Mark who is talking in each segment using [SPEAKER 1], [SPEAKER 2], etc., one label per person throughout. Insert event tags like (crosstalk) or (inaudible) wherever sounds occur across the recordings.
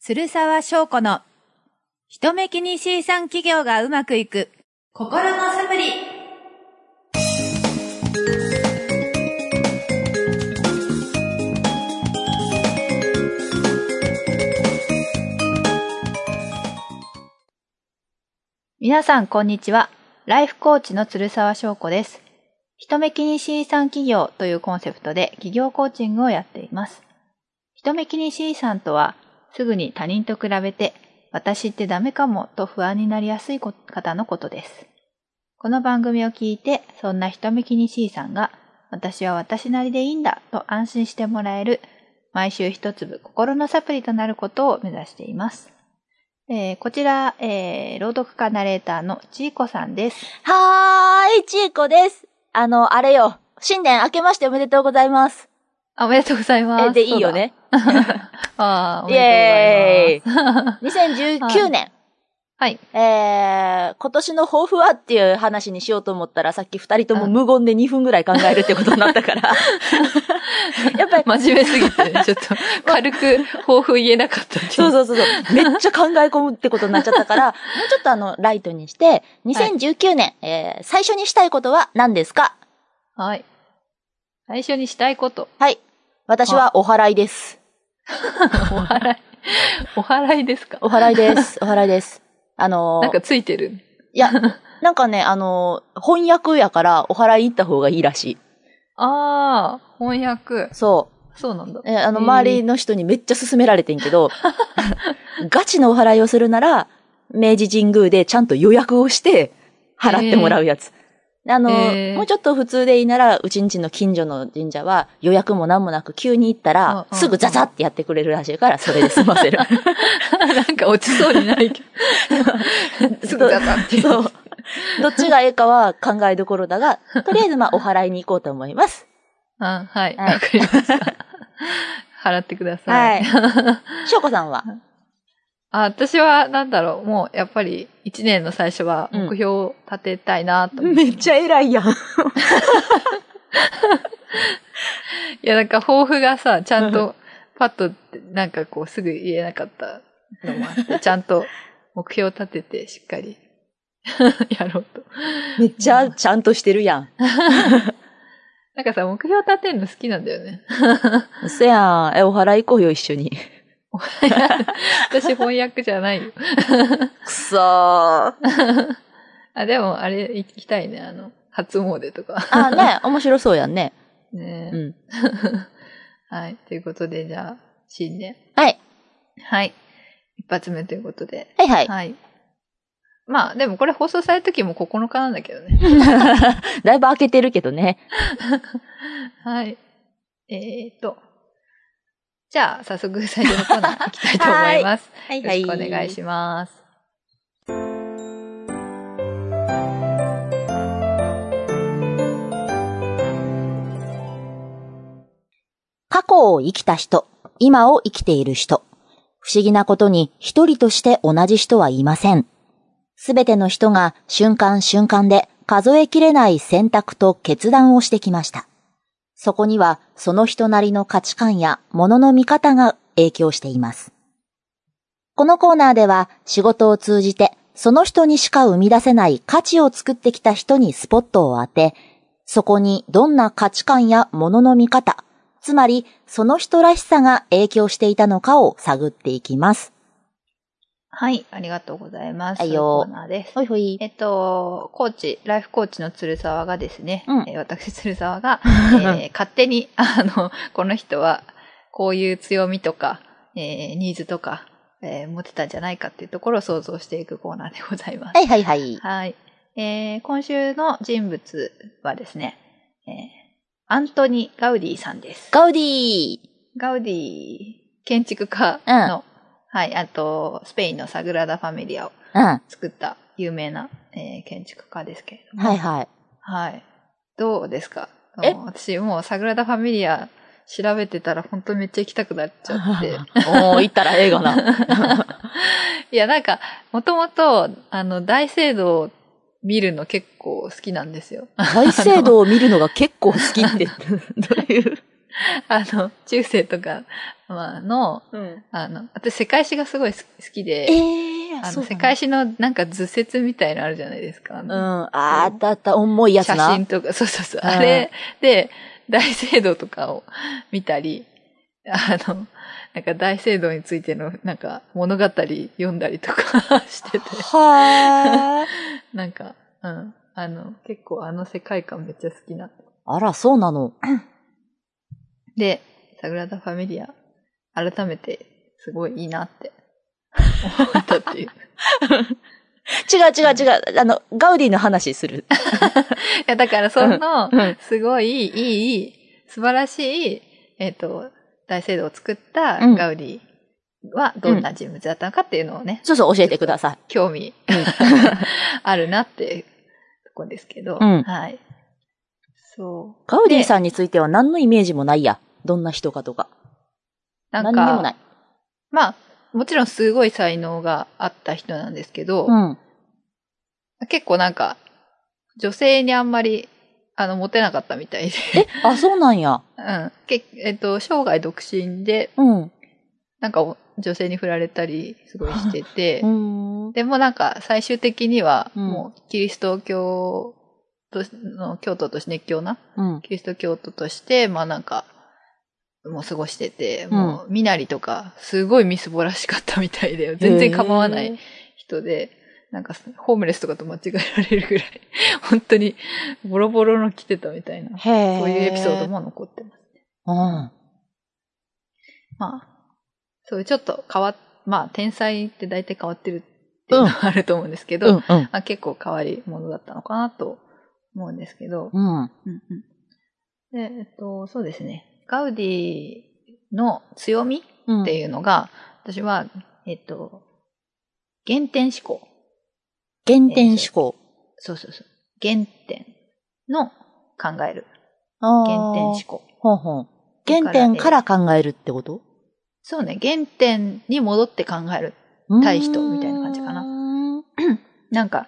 [SPEAKER 1] 鶴沢翔子の、人目気に C 産企業がうまくいく、心のサプリ。皆さん、こんにちは。ライフコーチの鶴沢翔子です。人目気に C 産企業というコンセプトで企業コーチングをやっています。人目気に C さんとは、すぐに他人と比べて、私ってダメかもと不安になりやすいこ方のことです。この番組を聞いて、そんな人目気に C さんが、私は私なりでいいんだと安心してもらえる、毎週一粒心のサプリとなることを目指しています。えーこちら、えー朗読家ナレーターのちいこさんです。
[SPEAKER 2] はーい、ちえこです。あの、あれよ。新年明けましておめでとうございます。
[SPEAKER 1] あ、おめでとうございます。
[SPEAKER 2] え、で、いいよね。
[SPEAKER 1] そうだ。ああ、お
[SPEAKER 2] イ
[SPEAKER 1] めで
[SPEAKER 2] エ
[SPEAKER 1] とうございます。
[SPEAKER 2] 2019年。
[SPEAKER 1] (laughs) はい。
[SPEAKER 2] えー、今年の抱負はっていう話にしようと思ったら、さっき二人とも無言で2分ぐらい考えるってことになったから。やっぱり、
[SPEAKER 1] 真面目すぎてね、ちょっと、軽く抱負言えなかったっていう。
[SPEAKER 2] そうそうそうそう。めっちゃ考え込むってことになっちゃったから、もうちょっとあの、ライトにして、2019年、えー、最初にしたいことは何ですか
[SPEAKER 1] はい。最初にしたいこと。 (laughs)
[SPEAKER 2] はい。私はお祓いです。
[SPEAKER 1] お (laughs) 払い。お払いですか
[SPEAKER 2] お祓いです。お祓いです。あのー
[SPEAKER 1] (laughs) なんかついてる。
[SPEAKER 2] いや、 (laughs) なんかね、あの、翻訳やからお祓い行った方がいいらしい。
[SPEAKER 1] ああ、翻訳。
[SPEAKER 2] そ
[SPEAKER 1] そうなんだ
[SPEAKER 2] う。。え、あの、
[SPEAKER 1] へー
[SPEAKER 2] 周りの人にめっちゃ勧められてん
[SPEAKER 1] (laughs)
[SPEAKER 2] けど、ガチのお祓いをするなら、明治神宮でちゃんと予約をして、払ってもらうやつ。あの、
[SPEAKER 1] へー
[SPEAKER 2] もうちょっと普通でいいなら、うちんちの近所の神社は予約も何もなく急に行った
[SPEAKER 1] うんうん
[SPEAKER 2] ら、
[SPEAKER 1] うん
[SPEAKER 2] すぐザザってやってくれるらしいから、それで済ま
[SPEAKER 1] (laughs)
[SPEAKER 2] せ
[SPEAKER 1] (laughs)
[SPEAKER 2] る。
[SPEAKER 1] なんか落ちそうにないけど。 (laughs) すぐだったって。
[SPEAKER 2] そう。どっちがええかは考えどころだが、とりあえずまあお祓いに行こうと思います。
[SPEAKER 1] あはい。
[SPEAKER 2] はい
[SPEAKER 1] わかりま (laughs) した。払ってください。
[SPEAKER 2] 翔子さんは
[SPEAKER 1] (laughs) あ私は、なんだろう、もう、やっぱり、一年の最初は、目標を立てたいなと思って
[SPEAKER 2] (laughs) めっちゃ偉いやん。
[SPEAKER 1] いや、なんか抱負が
[SPEAKER 2] (laughs)
[SPEAKER 1] さ、ちゃんと、パッと、なんかこう、すぐ言えなかったのもあ
[SPEAKER 2] (laughs)
[SPEAKER 1] って、ちゃんと目標を立てて、しっかり、 (laughs) やろうと。
[SPEAKER 2] めっちゃちゃんとしてるやん。
[SPEAKER 1] なんかさ、目標立てるの好きなんだよ
[SPEAKER 2] (laughs)
[SPEAKER 1] ね。
[SPEAKER 2] そやん。え、お祓い行こうよ、一緒に。
[SPEAKER 1] 私翻訳じゃないよ。
[SPEAKER 2] くそー。あ、
[SPEAKER 1] あ、でも、あれ、行きたいね、あの、初詣とか。
[SPEAKER 2] ね、面白そうやんね。
[SPEAKER 1] ね、
[SPEAKER 2] うん。
[SPEAKER 1] (laughs) はい。ということで、じゃあ、新年。
[SPEAKER 2] はい。
[SPEAKER 1] はい。一発目ということで。
[SPEAKER 2] はいはい。
[SPEAKER 1] はい。まあ、でもこれ放送される時も9日なんだけどね。
[SPEAKER 2] (laughs) だいぶ開けてるけどね。
[SPEAKER 1] はい。えー、っと。じゃあ、早速最初のコーナー行きたいと思います。
[SPEAKER 2] はい
[SPEAKER 1] よろしくお願いします。
[SPEAKER 2] 過去を生きた人、今を生きている人。不思議なことに一人として同じ人はいません。すべての人が瞬間瞬間で数えきれない選択と決断をしてきました。そこにはその人なりの価値観や物の見方が影響しています。このコーナーでは仕事を通じてその人にしか生み出せない価値を作ってきた人にスポットを当て、そこにどんな価値観や物の見方、つまりその人らしさが影響していたのかを探っていきます。
[SPEAKER 1] はい、ありがとうございます。
[SPEAKER 2] はいよ
[SPEAKER 1] コーナーです。
[SPEAKER 2] ほいほい。
[SPEAKER 1] えっと、コーチ、ライフコーチの鶴沢がですね、
[SPEAKER 2] うん
[SPEAKER 1] えー私鶴沢
[SPEAKER 2] (laughs)
[SPEAKER 1] が、えー勝手に、あの、この人は、こういう強みとか、えーニーズとか、えー持ってたんじゃないかっていうところを想像していくコーナーでございます
[SPEAKER 2] は。いはいはい。
[SPEAKER 1] はい。えー今週の人物はですね、えーアントニ・ガウディさんです。
[SPEAKER 2] ガウディ
[SPEAKER 1] ガウディ建築家の、はい、あと、スペインのサグラダ・ファミリアを
[SPEAKER 2] うん。は
[SPEAKER 1] 作った有名な、えー建築家ですけれども、
[SPEAKER 2] いはい。
[SPEAKER 1] はい。どうですか
[SPEAKER 2] え
[SPEAKER 1] あの私もうサグラダ・ファミリア調べてたら本当めっちゃ行きたくなっちゃって。
[SPEAKER 2] (laughs) おー、行ったらええがな。
[SPEAKER 1] いや、なんか、もともと、あの、大聖堂を見るの結構好きなんですよ。
[SPEAKER 2] (laughs) 大聖堂を見るのが結構好きって、どういう。
[SPEAKER 1] (laughs) あの、中世とか、まあ、の、
[SPEAKER 3] うん。
[SPEAKER 1] あの、私世界史がすごい好き好きで、
[SPEAKER 2] ええ
[SPEAKER 1] あの、世界史のなんか図説みたいのあるじゃないですか。あ
[SPEAKER 2] うん。
[SPEAKER 1] の
[SPEAKER 2] ああ、あったあった、重いやつ
[SPEAKER 1] 写
[SPEAKER 2] な。
[SPEAKER 1] 真とか、そうそうそう。
[SPEAKER 2] うん
[SPEAKER 1] あれで、大聖堂とかを見たり、あの、なんか大聖堂についての、なんか物語読んだりとか (laughs) してて、
[SPEAKER 2] はー
[SPEAKER 1] なんか、うん。あの、結構あの世界観めっちゃ好きな。
[SPEAKER 2] あら、そうなの。
[SPEAKER 1] で、サグラダ・ファミリア、改めて、すごいいいなって、思ったって (laughs) いう。い
[SPEAKER 2] 違う違う違う。あの、ガウディの話する。
[SPEAKER 1] や、だからその、
[SPEAKER 2] うん。
[SPEAKER 1] すごいいい、素晴らしい、えっ、と、大聖堂を作った
[SPEAKER 2] うん
[SPEAKER 1] ガウディはどんな人物だったのかっていうのをね、
[SPEAKER 2] そうそう、教えてください。
[SPEAKER 1] 興味 (laughs) あるなっていうとこですけど、
[SPEAKER 2] うん
[SPEAKER 1] はい。そう。
[SPEAKER 2] ガウディさんについては何のイメージもないや。どんな人かとか。
[SPEAKER 1] なんか、
[SPEAKER 2] 何にもない。
[SPEAKER 1] まあ、もちろんすごい才能があった人なんですけど、
[SPEAKER 2] うん。
[SPEAKER 1] 結構なんか、女性にあんまり、あの、モテなかったみたいで、
[SPEAKER 2] え、あ、そうなんや。
[SPEAKER 1] うん。けえっと、生涯独身で、
[SPEAKER 2] うん。
[SPEAKER 1] なんかお女性に振られたりすごいしてて、
[SPEAKER 2] (laughs) うん。
[SPEAKER 1] でもなんか最終的には
[SPEAKER 2] うん
[SPEAKER 1] もうキリスト教としの教徒として熱狂な
[SPEAKER 2] うん。
[SPEAKER 1] キリスト教徒としてまあなんかもう過ごしてて、
[SPEAKER 2] うん
[SPEAKER 1] もう身なりとかすごいみすぼらしかったみたいで全然構わな
[SPEAKER 2] へ
[SPEAKER 1] い
[SPEAKER 2] ー。
[SPEAKER 1] 人で、なんかホームレスとかと間違えられるぐらい (laughs) 本当にボロボロの来てたみたいな、
[SPEAKER 2] へえ。
[SPEAKER 1] そういうエピソードも残ってます。
[SPEAKER 2] も。
[SPEAKER 1] まあ、そういうちょっと変わっ、まあ、天才って大体変わってるっていうのはあると思うんですけ
[SPEAKER 2] う
[SPEAKER 1] ど、
[SPEAKER 2] ん。うん。うん。
[SPEAKER 1] まあ、結構変わり者だったのかなと思うんですけど、
[SPEAKER 2] うん。
[SPEAKER 1] うんうんで、えっと、そうですね。ガウディの強み
[SPEAKER 2] うん。
[SPEAKER 1] っていうのが、私は、えっと、原点思考。
[SPEAKER 2] 原点思考。
[SPEAKER 1] そうそうそう。原点の考える。原
[SPEAKER 2] 原
[SPEAKER 1] 点思考。
[SPEAKER 2] ほんほん。原点から考えるってこと
[SPEAKER 1] そうね。原点に戻って考える対人みたいな感じかな
[SPEAKER 2] うーん
[SPEAKER 1] なんか、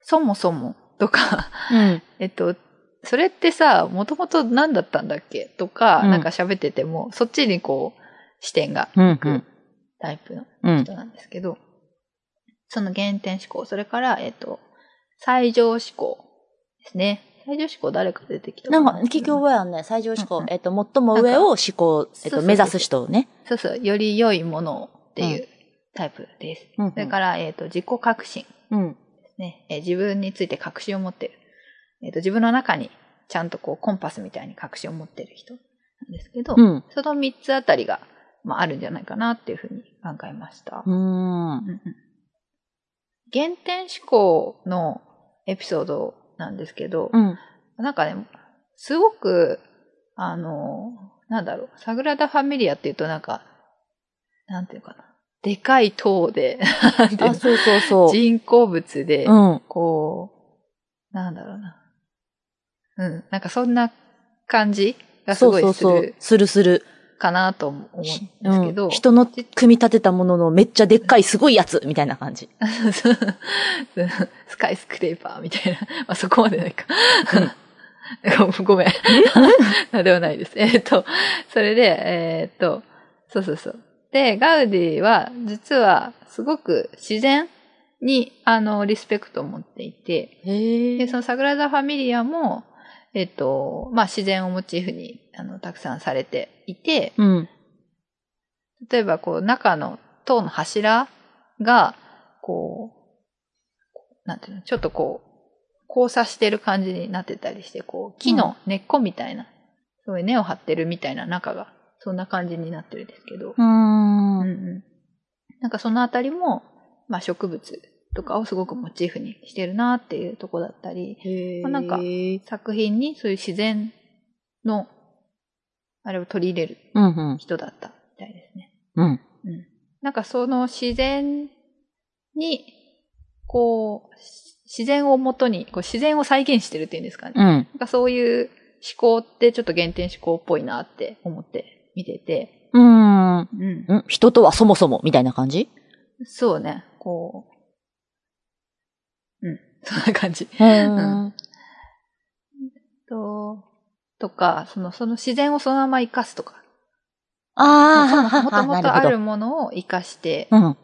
[SPEAKER 1] そもそもとか、 (laughs)
[SPEAKER 2] うん。
[SPEAKER 1] えっと、それってさ、もともと何だったんだっけとか、
[SPEAKER 2] うん
[SPEAKER 1] なんか喋ってても、そっちにこう、視点が
[SPEAKER 2] うんう
[SPEAKER 1] 行
[SPEAKER 2] ん
[SPEAKER 1] くタイプの
[SPEAKER 2] うん。
[SPEAKER 1] 人なんですけど、その原点思考、それから、えっと、最上思考ですね。最上思考誰か出てきた
[SPEAKER 2] なん
[SPEAKER 1] な
[SPEAKER 2] か、企業はね、最上志
[SPEAKER 1] う
[SPEAKER 2] 向
[SPEAKER 1] んう、ん
[SPEAKER 2] えっと、最も上を志向、えっ
[SPEAKER 1] そうそう
[SPEAKER 2] と、
[SPEAKER 1] そう
[SPEAKER 2] 目指す人をね。
[SPEAKER 1] そうそう、より良いものをっていううタイプです。
[SPEAKER 2] うん
[SPEAKER 1] それから、えっと、自己革新。
[SPEAKER 2] うん。
[SPEAKER 1] ね、えー自分について確信を持ってる。えっ、と、自分の中にちゃんとこうコンパスみたいに確信を持ってる人なんですけど、
[SPEAKER 2] うん。
[SPEAKER 1] その3つあたりが、まあ、あるんじゃないかなっていうふうに考えました。
[SPEAKER 2] うん。
[SPEAKER 1] うんうん原点思考のエピソードなんですけど、
[SPEAKER 2] うん。
[SPEAKER 1] なんかね、すごく、あの、なんだろう、サグラダ・ファミリアっていうとなんか、なんていうかな、でかい塔で、なんていう
[SPEAKER 2] あ、
[SPEAKER 1] の
[SPEAKER 2] そうそうそう。
[SPEAKER 1] 人工物で、
[SPEAKER 2] うん。
[SPEAKER 1] こう、なんだろうな。うん。なんかそんな感じがす
[SPEAKER 2] そ
[SPEAKER 1] ご
[SPEAKER 2] うそう
[SPEAKER 1] いす
[SPEAKER 2] そう
[SPEAKER 1] る。
[SPEAKER 2] するする。
[SPEAKER 1] かなと思うんですけ
[SPEAKER 2] う
[SPEAKER 1] ど。
[SPEAKER 2] ん。人の組み立てたもののめっちゃでっかいすごいやつみたいな感じ。
[SPEAKER 1] うん (laughs) スカイスクレーパーみたいな。 (laughs) まあそこまでないか。 (laughs) ごごめん。なん (laughs) ではないです。えっと、それで、えーっと、そうそうそう。で、ガウディは実はすごく自然にあのリスペクトを持っていて、
[SPEAKER 2] へ
[SPEAKER 1] で、そのサグラダ・ファミリアも、えっと、まあ、自然をモチーフに、あの、たくさんされていて、
[SPEAKER 2] うん。
[SPEAKER 1] 例えば、こう、中の塔の柱が、こう、なんていうの、ちょっとこう、交差してる感じになってたりして、こう、木の根っこみたいな、すごい根を張ってるみたいな中が、そんな感じになってるんですけど、
[SPEAKER 2] う
[SPEAKER 1] うん
[SPEAKER 2] ん。
[SPEAKER 1] うんなんかそのあたりも、まあ、植物とかをすごくモチーフにしてるなっていうとこだったり、
[SPEAKER 2] へ
[SPEAKER 1] なんか
[SPEAKER 2] うん
[SPEAKER 1] 作品にそういう自然のあれを取り入れる
[SPEAKER 2] うん。
[SPEAKER 1] 人だったみたいですね。
[SPEAKER 2] うん。
[SPEAKER 1] うん。なんかその自然に、こう、し自然をもとに、こう自然を再現してるっていうんですかね。
[SPEAKER 2] うん。
[SPEAKER 1] なんかそういう思考ってちょっと原点思考っぽいなって思って見てて。
[SPEAKER 2] うん。
[SPEAKER 1] うん。
[SPEAKER 2] ん人とはそもそもみたいな感じ
[SPEAKER 1] そうね。こ (laughs) う。うん。そんな感じ。
[SPEAKER 2] うん。
[SPEAKER 1] と、とか、その、その自然をそのまま生かすとか。
[SPEAKER 2] ああ、はは
[SPEAKER 1] もと
[SPEAKER 2] は
[SPEAKER 1] も
[SPEAKER 2] な
[SPEAKER 1] とあ
[SPEAKER 2] る
[SPEAKER 1] るものを生かして
[SPEAKER 2] ほど。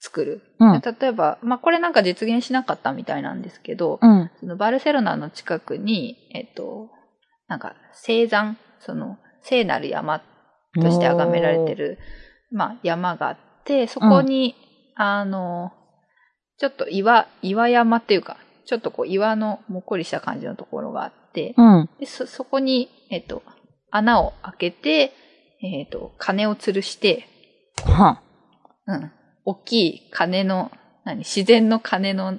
[SPEAKER 1] 作る。
[SPEAKER 2] うん。うん。
[SPEAKER 1] 例えば、まあ、これなんか実現しなかったみたいなんですけど、
[SPEAKER 2] うん。
[SPEAKER 1] そのバルセロナの近くに、えっと、なんか、聖山、その、聖なる山として崇められてる、まあ、山があって、そこに、あの、ちょっと岩、岩山っていうか、ちょっとこう岩のもっこりした感じのところがあって、
[SPEAKER 2] おー。うん。
[SPEAKER 1] でそ、そこに、えっと、穴を開けて、えっと、鐘を吊るして、
[SPEAKER 2] は
[SPEAKER 1] うん。大きい鐘の、何、自然の鐘の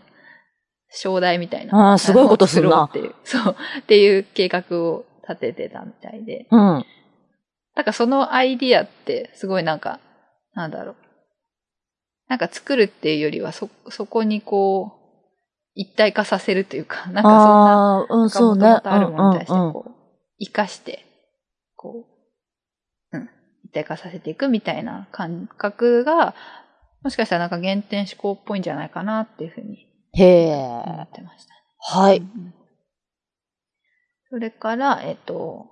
[SPEAKER 1] 正台みたいな。
[SPEAKER 2] あーすごいことするな
[SPEAKER 1] あの作ろうって (laughs) いう、そう、っていう計画を立ててたみたいで。
[SPEAKER 2] うん。
[SPEAKER 1] なんかそのアイディアって、すごいなんか、なんだろう。なんか作るっていうよりは、そ、そこにこう、一体化させるというか、なんかそんな、
[SPEAKER 2] ああー、うん、
[SPEAKER 1] そ
[SPEAKER 2] そうう
[SPEAKER 1] ね。
[SPEAKER 2] ね。う
[SPEAKER 1] あるものに対して、
[SPEAKER 2] ん、うん、うん。
[SPEAKER 1] こう、生かして、こう、うん、一体化させていくみたいな感覚が、もしかしたらなんか原点思考っぽいんじゃないかなっていうふうに
[SPEAKER 2] へ
[SPEAKER 1] 思
[SPEAKER 2] え。
[SPEAKER 1] ってました。
[SPEAKER 2] は
[SPEAKER 1] う
[SPEAKER 2] い。
[SPEAKER 1] んそれから、えっと、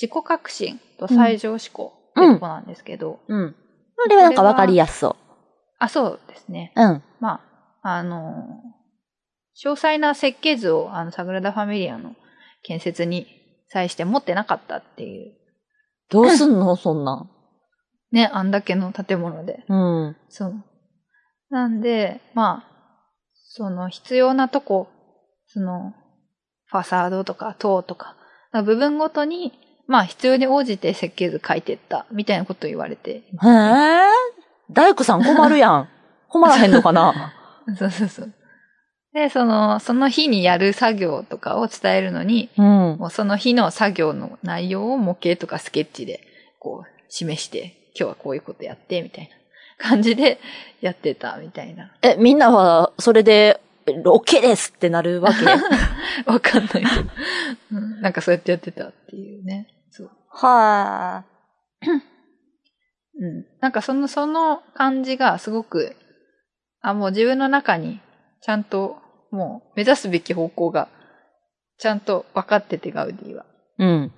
[SPEAKER 1] 自己革新と最上思考ってとこなんですけど、
[SPEAKER 2] うん。これはなんかわかりやすそ
[SPEAKER 1] あ、そうですね。
[SPEAKER 2] う。うん。
[SPEAKER 1] まあ、あの、詳細な設計図を、あの、サグラダ・ファミリアの建設に際して持ってなかったっていう
[SPEAKER 2] どうすんのそんな。
[SPEAKER 1] ね、あんだけの建物で。
[SPEAKER 2] うん。
[SPEAKER 1] そう。なんで、まあ、その必要なとこ、その、ファサードとか塔とか、部分ごとに、まあ必要に応じて設計図書いてった、みたいなことを言われていま
[SPEAKER 2] へえ。大工さん困るや (laughs) ん。困らへんのかな
[SPEAKER 1] す。そうそうそう。で、その、その日にやる作業とかを伝えるのに、
[SPEAKER 2] (laughs) うん。
[SPEAKER 1] もうその日の作業の内容を模型とかスケッチで、こう、示して、今日はこういうことやって、みたいな感じでやってた、みたいな。
[SPEAKER 2] え、みんなは、それで、ロケですってなるわけ
[SPEAKER 1] (laughs) わかんないけど、うんなんかそうやってやってたっていうね。そう。
[SPEAKER 2] (laughs) はあ。
[SPEAKER 1] うん。なんかその、その感じがすごく、あ、もう自分の中に、ちゃんと、もう目指すべき方向が、ちゃんと分かってて、ガウディは。
[SPEAKER 2] うん。
[SPEAKER 1] うん。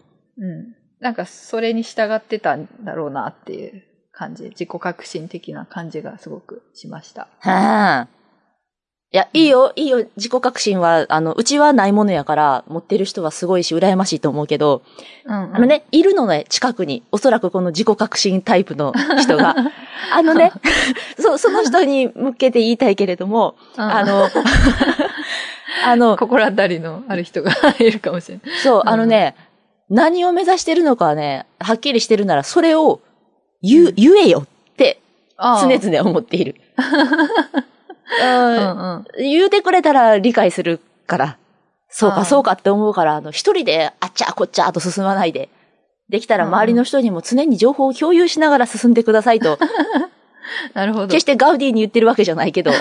[SPEAKER 1] なんかそれに従ってたんだろうなっていう感じ、自己革新的な感じがすごくしました。
[SPEAKER 2] はあ。いや、いいよ、いいよ、自己革新は、あの、うちはないものやから、持ってる人はすごいし、羨ましいと思うけど、
[SPEAKER 1] うん、うん。
[SPEAKER 2] あの。ね、いるのね、近くに、おそらくこの自己革新タイプ (laughs) の人
[SPEAKER 1] (laughs)
[SPEAKER 2] が。あの (laughs) ね、そ、その人に向けて言いたいけれども、あ
[SPEAKER 1] あの、
[SPEAKER 2] (laughs) の、あの、
[SPEAKER 1] 心当たりのある人がいるかもしれない。
[SPEAKER 2] そう、
[SPEAKER 1] うん
[SPEAKER 2] あのね、何を目指してるのかはね、はっきりしてるなら、それを言う、言えよって、
[SPEAKER 1] あ
[SPEAKER 2] 常
[SPEAKER 1] ー
[SPEAKER 2] 々思っ
[SPEAKER 1] (laughs)
[SPEAKER 2] ている。うん
[SPEAKER 1] うんうん。
[SPEAKER 2] 言うてくれたら理解するから、そう
[SPEAKER 1] ああ
[SPEAKER 2] かそうかって思うから、あの、一人であっちゃこっちゃと進まないで、できたら
[SPEAKER 1] うんうん
[SPEAKER 2] 周りの人にも常に情報を共有しながら進んでくださいと、
[SPEAKER 1] なるほど
[SPEAKER 2] 決し。てガウディに言ってるわけじゃないけ
[SPEAKER 1] (laughs)
[SPEAKER 2] ど、
[SPEAKER 1] あ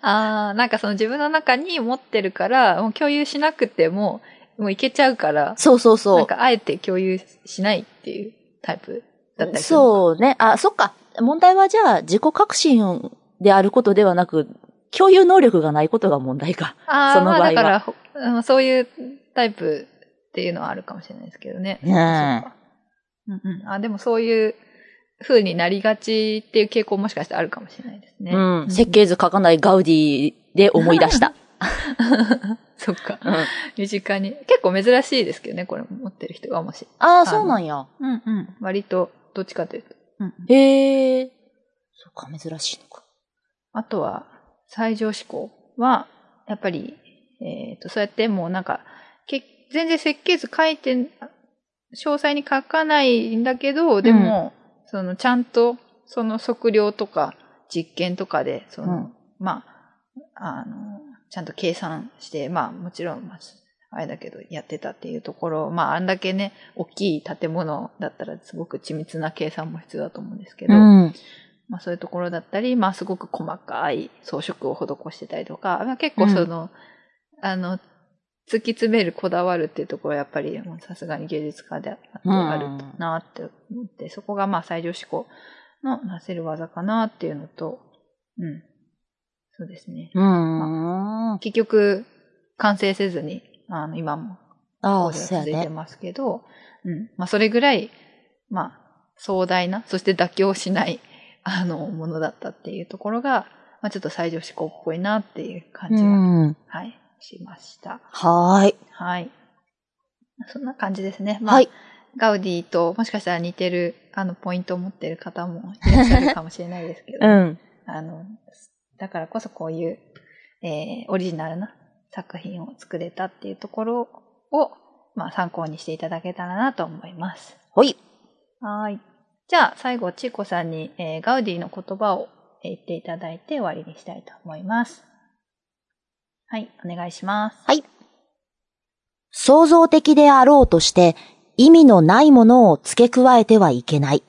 [SPEAKER 1] あ、なんかその自分の中に持ってるから、もう共有しなくても、もういけちゃうから、
[SPEAKER 2] そうそう
[SPEAKER 1] な
[SPEAKER 2] そ
[SPEAKER 1] んかあえて共有しないっていうタイプだった
[SPEAKER 2] う。
[SPEAKER 1] りするのか。
[SPEAKER 2] そうね。あ、そっか。問題はじゃあ、自己革新であることではなく、共有能力がないことが問題か。
[SPEAKER 1] ああ、
[SPEAKER 2] その
[SPEAKER 1] まあ
[SPEAKER 2] 場合は
[SPEAKER 1] だからほ、うんそういうタイプっていうのはあるかもしれないですけどね。
[SPEAKER 2] ね
[SPEAKER 1] そ
[SPEAKER 2] え
[SPEAKER 1] うかうんうん。あ、でもそういう風になりがちっていう傾向もしかしてあるかもしれないですね。
[SPEAKER 2] うん。設計図書かないガウディで思い
[SPEAKER 1] (laughs)
[SPEAKER 2] 出した。
[SPEAKER 1] そっか。
[SPEAKER 2] あ
[SPEAKER 1] 身近に。結構珍しいですけどね、これ持ってる人がもし。
[SPEAKER 2] あ、そうなんや。
[SPEAKER 1] うんうん。割と、どっちかというと。うんうん
[SPEAKER 2] へえ。そっか、珍しいのか。
[SPEAKER 1] あとは、最上志向は、やっぱり、えっ、と、そうやってもうなんか、け全然設計図書いてん、詳細に書かないんだけど、でも、その、ちゃんと、その測量とか、実験とかで、その、
[SPEAKER 2] うん
[SPEAKER 1] まあ、あの、ちゃんと計算して、まあ、もちろん、まあ、あれだけど、やってたっていうところ、まあ、あんだけね、大きい建物だったら、すごく緻密な計算も必要だと思うんですけど、
[SPEAKER 2] うん。
[SPEAKER 1] まあそういうところだったり、まあすごく細かい装飾を施してたりとか、まあ、結構その、あの、突き詰めるこだわるっていうところはやっぱりもうさすがに芸術家であ
[SPEAKER 2] うん
[SPEAKER 1] あるなって思って、そこがまあ最上思考のなせる技かなっていうのと、うん。そうですね。
[SPEAKER 2] うん。
[SPEAKER 1] 結局、完成せずに、あの、今も
[SPEAKER 2] あ
[SPEAKER 1] 考
[SPEAKER 2] あ、
[SPEAKER 1] 慮
[SPEAKER 2] そ
[SPEAKER 1] が
[SPEAKER 2] うや
[SPEAKER 1] 続いて
[SPEAKER 2] ね。
[SPEAKER 1] ますけど、うん。まあ、それぐらい、まあ、壮大な、そして妥協しない、 (laughs) あの、ものだったっていうところが、まあ、ちょっと最上志向っぽいなっていう感
[SPEAKER 2] う
[SPEAKER 1] じは、
[SPEAKER 2] ん。
[SPEAKER 1] はい、しました。
[SPEAKER 2] はーい。
[SPEAKER 1] はい。そんな感じですね。まあ、
[SPEAKER 2] はい。
[SPEAKER 1] ガウディともしかしたら似てる、あの、ポイントを持ってる方もいらっしゃるかもしれない
[SPEAKER 2] (laughs)
[SPEAKER 1] ですけど、
[SPEAKER 2] ん。
[SPEAKER 1] あの、だからこそこういう、えーオリジナルな作品を作れたっていうところを、まあ、参考にしていただけたらなと思います。
[SPEAKER 2] ほい。
[SPEAKER 1] はい。じゃあ、最後、ちいこさんに、えーガウディの言葉をえー言っていただいて終わりにしたいと思います。はい、お願いします。
[SPEAKER 2] はい。創造的であろうとして意味のないものを付け加えてはいけない。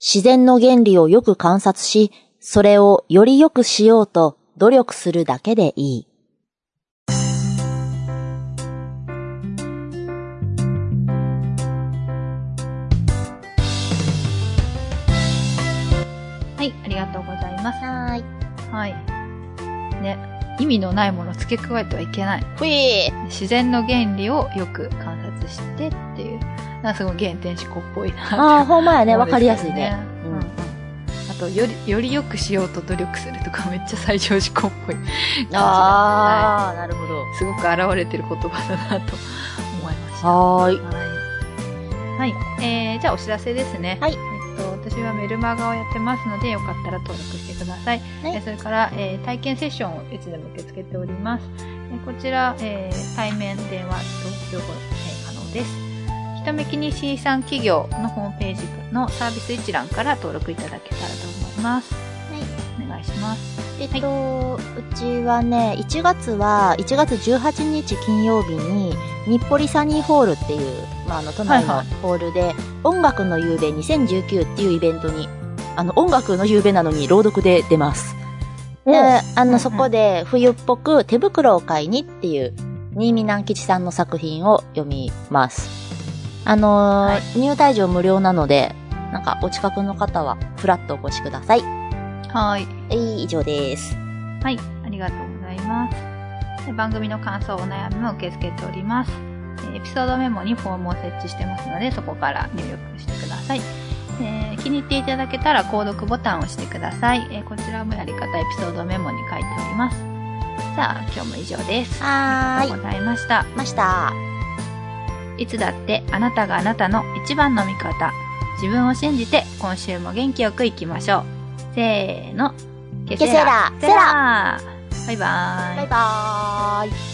[SPEAKER 2] 自然の原理をよく観察し、それをより良くしようと努力するだけでいい。
[SPEAKER 1] はい、ありがとうございます。
[SPEAKER 2] はーい。
[SPEAKER 1] はい。ね、意味のないものを付け加えてはいけない。
[SPEAKER 2] ふえ
[SPEAKER 1] 自然の原理をよく観察してっていう、なんかすごい原点思考っぽいなっていう
[SPEAKER 2] ああ、ほんまやね。
[SPEAKER 1] 思
[SPEAKER 2] わ
[SPEAKER 1] うんですけど (laughs)
[SPEAKER 2] かりやすいね。。
[SPEAKER 1] う
[SPEAKER 2] うんん
[SPEAKER 1] うんあと、より、より良くしようと努力するとか、めっちゃ最上思考っぽい感じが
[SPEAKER 2] ああ、なるほど。
[SPEAKER 1] すごく現れてる言葉だなと思いました。
[SPEAKER 2] はーい。
[SPEAKER 1] はい。はい。えー、じゃあお知らせですね。
[SPEAKER 2] はい
[SPEAKER 1] えっと、私はメルマガをやってますので、よかったら登録してください。
[SPEAKER 2] はい
[SPEAKER 1] えーそれから、えー体験セッションをいつでも受け付けております。えーこちら、えー対面電話同居ごえー可能です。ひとめきに C さん企業のホームページのサービス一覧から登録いただけたらと思います。はい。お願いします。
[SPEAKER 2] えっと、うちはね、1月は、1月18日金曜日に、日暮里サニーホールっていう、まあ、あの、都内
[SPEAKER 1] は
[SPEAKER 2] の
[SPEAKER 1] い
[SPEAKER 2] ホールで、音楽の夕べ2019っていうイベントに、あの、音楽の夕べなのに朗読で出ます。で、あ
[SPEAKER 1] うんう
[SPEAKER 2] の、
[SPEAKER 1] ん
[SPEAKER 2] そこで冬っぽく手袋を買いにっていう、新見南吉さんの作品を読みます。あのー
[SPEAKER 1] はい
[SPEAKER 2] 入退場無料なので、なんか、お近くの方は、フラッとお越しください。
[SPEAKER 1] はい。
[SPEAKER 2] えい、以上です。
[SPEAKER 1] はい、ありがとうございます。で番組の感想、お悩みも受け付けております。えーエピソードメモにフォームを設置してますので、そこから入力してください。えー気に入っていただけたら、購読ボタンを押してください。えーこちらもやり方、エピソードメモに書いております。じゃあ、今日も以上です。
[SPEAKER 2] は
[SPEAKER 1] あ
[SPEAKER 2] ー
[SPEAKER 1] り
[SPEAKER 2] い
[SPEAKER 1] が。とうございました。
[SPEAKER 2] ました。
[SPEAKER 1] いつだって、あなたがあなたの一番の味方。自分を信じて、今週も元気よくいきましょう。せーの。ケ
[SPEAKER 2] ケセラ
[SPEAKER 1] セラバイバーイ。
[SPEAKER 2] バイバーイ。